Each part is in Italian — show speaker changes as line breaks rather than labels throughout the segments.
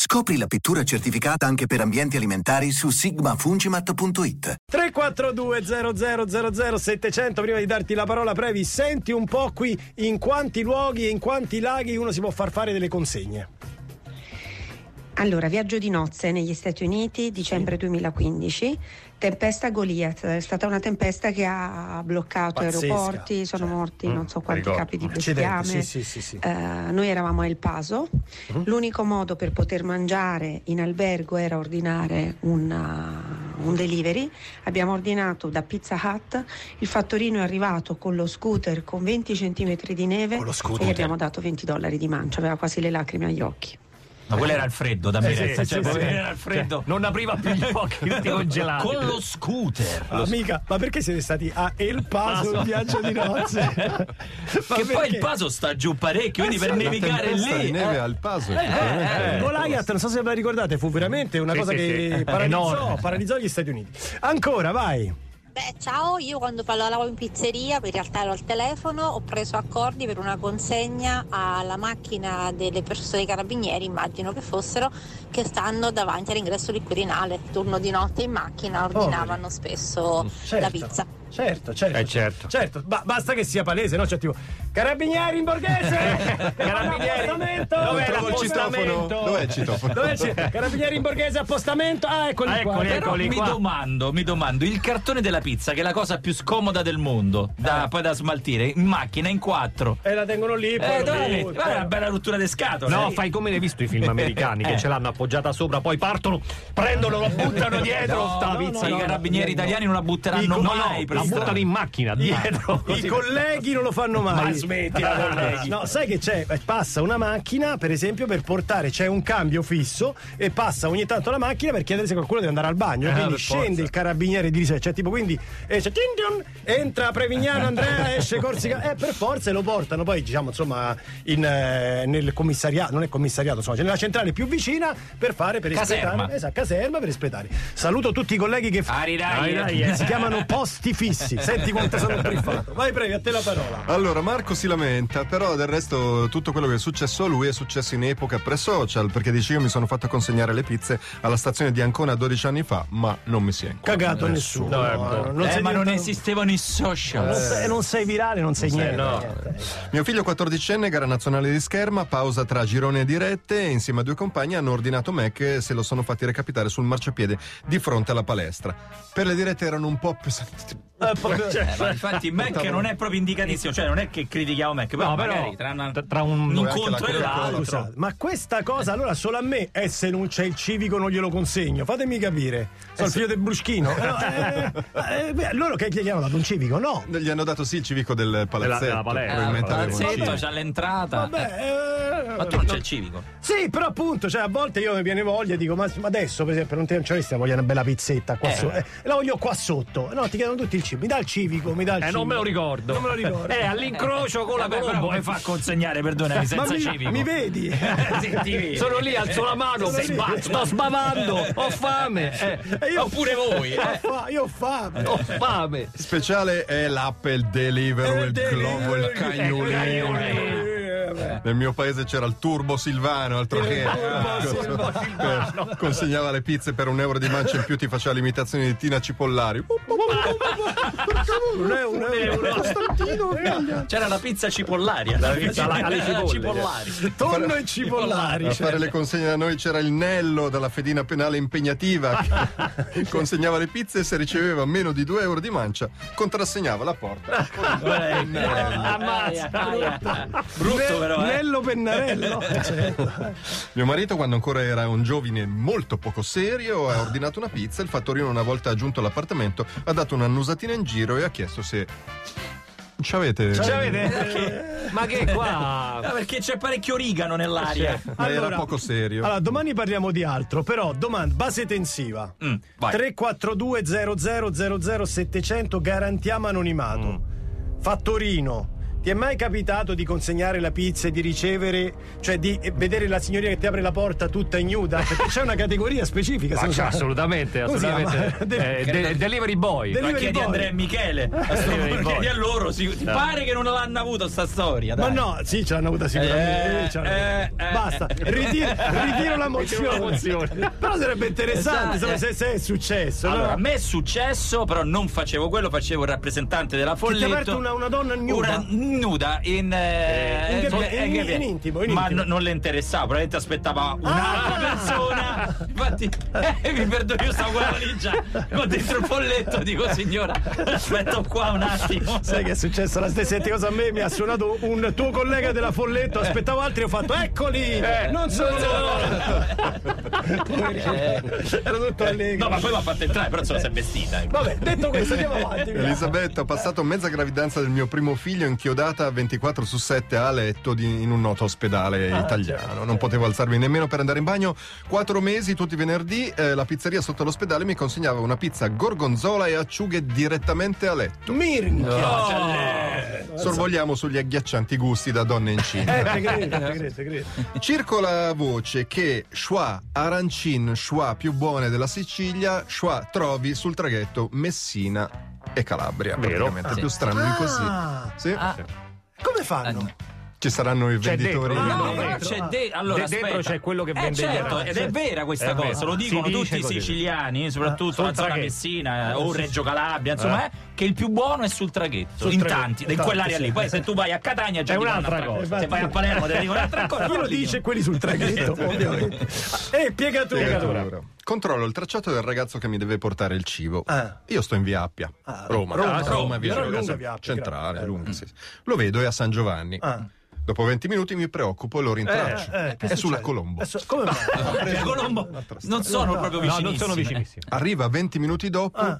Scopri la pittura certificata anche per ambienti alimentari su sigmafungimat.it.
342 700 prima di darti la parola Previ senti un po' qui in quanti luoghi e in quanti laghi uno si può far fare delle consegne
Allora, viaggio di nozze negli Stati Uniti, dicembre 2015, tempesta Goliath, è stata una tempesta che ha bloccato
Pazzesca,
aeroporti, sono
cioè,
morti
mm,
non so quanti
ricordo.
capi di bestiame.
Accidenti, sì sì sì, sì.
Eh, noi eravamo a El Paso,
Mhm.
l'unico modo per poter mangiare in albergo era ordinare un, uh, un delivery, abbiamo ordinato da Pizza Hut, il fattorino è arrivato con lo scooter con 20 cm di neve
Con lo
e
scooter.
gli abbiamo dato 20 dollari di mancia, aveva quasi le lacrime agli occhi.
Ma quello era al freddo da
Eh,
Venezia,
sì,
cioè,
sì,
poverino
sì.
era al freddo.
Cioè, non apriva più gli occhi, tutti congelati.
Con lo scooter.
Ah, Amica, ma perché siete stati a El Paso in viaggio di nozze? Ma
che poi
perché?
il paso sta giù parecchio,
Eh,
quindi per
sì,
La
nevicare
tempesta
lì.
di neve al paso.
Eh, eh, eh, Goliath, non so se ve la ricordate, fu veramente una
Sì,
cosa
sì,
che
sì.
paralizzò,
Enorme.
paralizzò gli Stati Uniti. Ancora, vai.
Beh, ciao, io quando lavoravo in pizzeria, in realtà ero al telefono, ho preso accordi per una consegna alla macchina delle persone dei carabinieri, immagino che fossero, che stanno davanti all'ingresso del Quirinale, turno di notte in macchina, ordinavano spesso la pizza.
Certo, certo.
Eh, certo.
Certo, ba- basta che sia palese, no? Cioè, tipo, carabinieri in borghese!
Carabinieri.
Appostamento!
Dov'è
Trovo
il
appostamento?
citofono?
Dov'è il citofono?
Dov'è il ci- Carabinieri in borghese, appostamento! Ah, eccoli
Ah,
qua.
eccoli,
Però-
Però
Eccoli
mi
qua.
domando, mi domando, il cartone della pizza, che è la cosa più scomoda del mondo,
Eh.
da, poi da smaltire, in macchina in quattro.
E la tengono lì, poi
Eh,
lo
dove la metti?
buttano.
Guarda, una bella rottura di scatole.
No,
Eh.
fai come l'hai visto i film americani che
Eh.
ce l'hanno appoggiata sopra, poi partono, prendono, lo buttano dietro.
No,
sta pizza.
no, no,
I
I
carabinieri
carabinieri italiani non la
I
butteranno
co-
mai. per
la
strada.
buttano in macchina dietro.
I colleghi non lo fanno mai.
Ma smettila, colleghi.
No, sai che c'è? Eh, Passa una macchina, per esempio, per portare, c'è un cambio fisso e passa ogni tanto la macchina per chiedere se qualcuno deve andare al bagno. quindi
Eh, per
scende
forza.
il carabiniere di riserva. Cioè, tipo, quindi eh, c'è tin, tin, entra Prevignano, Andrea, esce Corsica. Eh, per forza e lo portano poi, diciamo, insomma, in, eh, nel commissariato, non è commissariato, insomma, cioè nella centrale più vicina per fare per
Caserma.
espletare. Esatto, caserma per espletare. Saluto tutti i colleghi che
Ari, dai.
Ari,
eh, si chiamano posti fissi. Senti quanto sono briefato. Vai, Previ, a te la parola.
Allora, Marco si lamenta, però del resto tutto quello che è successo a lui è successo in epoca pre-social, perché dice io mi sono fatto consegnare le pizze alla stazione di Ancona 12 anni fa, ma non mi si è incontrato
Cagato a nessuno.
No, ecco.
Eh,
sei
ma non Eh.
diventato-
esistevano
Non
i
Eh.
social.
sei, non sei virale, non sei niente. niente.
Mio figlio 14enne, gara nazionale di scherma, pausa tra girone e dirette e insieme a due compagni hanno ordinato Mac e se lo sono fatti recapitare sul marciapiede di fronte alla palestra. Per le dirette erano un po' pesanti.
Eh, proprio-
Eh, ma infatti Mac non è proprio indicatissimo, cioè non è che critichiamo Mac, però,
No, però,
magari tra, una-
tra- tra un-
un
anche la
contro e
Coca-Cola.
l'altro. Eh,
Scusate, ma questa cosa allora solo a me e se non c'è il civico non glielo consegno fatemi capire sono il figlio del bruschino Eh, no, eh, eh, beh, loro che gli hanno dato un civico no
Gli hanno dato sì il civico del palazzetto.
della palestra.
probabilmente
Eh,
avevano il
palazzetto,
civico.
c'ha l'entrata.
vabbè eh,
Ah. Ma tu non c'è il civico.
Sì, però appunto, cioè, a volte io mi viene voglia e dico, ma, ma adesso per esempio non ti non c'è questa voglia di una bella pizzetta qua
Eh.
sotto. Eh, la voglio qua sotto. No, ti chiedono tutti il cibo, mi dà il civico, mi dà il
Eh,
civico.
non me lo ricordo.
Non me lo ricordo.
Eh, all'incrocio con la
Vabbè,
Colombo.
però mi eh, fa consegnare, perdonami,
ma
senza civico.
mi, mi vedi?
Sì, ti vedo.
Sono lì, alzo la mano,
Sono lì.
sba- sto sbavando, ho fame, eh,
E io-
Oppure voi,
Ho
eh.
fa- io ho fame.
ho fame.
Speciale è l'Apple Deliveroo, il globo, il cagnolino.
Eh, vabbè.
Nel mio paese c'era il Turbo Silvano, altro che
Turbo Silvano.
Eh, consegnava le pizze per un euro di mancia in più, ti faceva l'imitazione di Tina Cipollari.
Non è un euro. Costantino, voglia.
C'era la pizza cipollaria. La
pizza alla- alle cipolle.
cipollari.
Tonno e cipollari.
A fare le consegne da noi c'era il Nello della fedina penale impegnativa che consegnava le pizze e se riceveva meno di 2 euro di mancia contrassegnava la porta.
Eh,
Ammazza.
eh, Brutto però, eh.
Nello Pennarello.
Cioè,
Cioè,
Mio marito, quando ancora era un giovane molto poco serio, ha ordinato una pizza. Il fattorino, una volta giunto all'appartamento, ha dato un'annusatina in giro e ha chiesto se ci avete.
Ce
Perché- Ma che
Ah,
qua...
perché c'è parecchio origano nell'aria.
Ma era poco serio.
Allora, domani parliamo di altro, però domanda base tensiva.
Mm, vai.
342 00 700 garantiamo anonimato.
Mm.
Fattorino. Ti è mai capitato di consegnare la pizza e di ricevere, cioè di eh, vedere la signorina che ti apre la porta tutta ignuda? Perché c'è una categoria specifica.
Ma
se non
c'è
so-
assolutamente,
Come si
assolutamente.
chiama? De-
Eh, de- delivery boy.
Del-
Ma
Delivery
chiedi a
boy.
Andrea e Michele.
Eh,
a sto
Delivery
punto,
boy.
Chiedi a loro. si- ti
No.
pare che non l'hanno avuto sta storia.
Ma
dai.
no, sì, ce l'hanno avuta sicuramente.
Eh,
eh, ce l'hanno avuta.
eh, eh,
Basta,
eh.
ritiro, ritiro la
Ritiro la
mozione.
mozione.
Però sarebbe interessante
Esatto.
se- se, se è successo.
Allora,
no?
a me è successo, però non facevo quello, facevo il rappresentante della
Che ti
folletta.
ha aperto una, una donna nuda.
Una nuda in, eh,
In che-
insomma,
in-
eh, che-
in intimo, in
ma
intimo.
no- non le interessava probabilmente aspettava un'altra
Ah!
persona infatti eh, mi perdono io stavo con la valigia con dentro il folletto dico signora aspetto qua un attimo
Sai che è successo la stessa identica cosa a me? Mi ha suonato un tuo collega della Folletto, aspettavo altri e ho fatto eccoli!
Eh.
non sono loro! Poverino,
Eh,
Ero tutto allegro.
no ma Eh. poi mi ha fatto entrare però insomma si è vestita ecco.
Vabbè, detto questo, andiamo avanti. via.
Elisabetta, ho passato mezza gravidanza del mio primo figlio inchiodata 24 su 7 a letto di- in un noto ospedale
Ah, certo.
italiano. Non potevo alzarmi nemmeno per andare in bagno. Quattro mesi, tutti i venerdì, eh, la pizzeria sotto l'ospedale mi consegnava una pizza gorgonzola e acciughe direttamente a letto.
Minchia!
Sorvogliamo sugli agghiaccianti gusti da donne incinte.
Eh, te credo, te credo, te credo.
Circola voce che schwa arancin, schwa più buone della Sicilia, schwa trovi sul traghetto Messina e Calabria.
Vero.
Praticamente più strano di così.
Ah.
Eh,
Sì.
Come fanno?
Cioè,
Ci saranno i
C'è
venditori.
dentro,
Ah,
No,
no,
no, però
dentro.
c'è de- allora,
De- dentro
aspetta.
c'è quello che
Eh,
vende gli
certo,
aranci.
ed è vera questa
È
cosa,
vero.
lo
Si
dicono
dice
tutti i
così.
siciliani, soprattutto
sul
la zona
traghetto.
Messina eh, o Reggio Calabria, insomma, eh, che il più buono è sul traghetto,
Sul
in
traghetto,
tanti, in
tanti,
quell'area
sì.
lì. Poi se tu vai a Catania
Cioè,
già
È
ti dicono
un'altra cosa.
Se Cioè, vai a Palermo te ne dicono un'altra cosa.
Chi
però
lo
dicono-
dice? Quelli sul traghetto, ovviamente. E piegatura.
Spiegatura. Controllo il tracciato del ragazzo che mi deve portare il cibo.
Ah.
Io sto in via Appia,
Ah,
Roma,
Roma,
Ah,
Roma,
via
però è
Appia,
lunga via Appia,
centrale,
grazie. Eh.
lunga, sì, sì. Lo vedo, è a San Giovanni.
Ah.
Dopo 20 minuti mi preoccupo e lo rintraccio.
Eh, che
è sulla
succede?
Colombo.
Eh, su- come mai?
Cioè, Colombo non sono
No,
proprio vicinissimi.
non sono vicinissimi.
Arriva 20 minuti dopo,
Ah.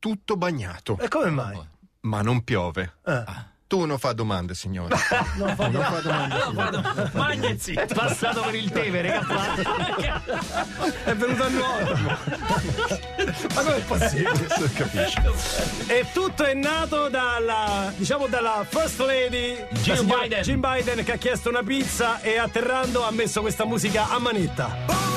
tutto bagnato.
E come mai?
ma non piove.
Eh.
Tu non fa domande, signore. non fa domande.
Magna e zitto.
Passato per il Tevere, cazzo.
È venuto a nuovo. Ma com'è possibile?
Sì, Capisci?
E tutto è nato dalla, diciamo, dalla First Lady la
Jill
signora
Biden.
Jill Biden che ha chiesto una pizza e atterrando ha messo questa musica a manetta.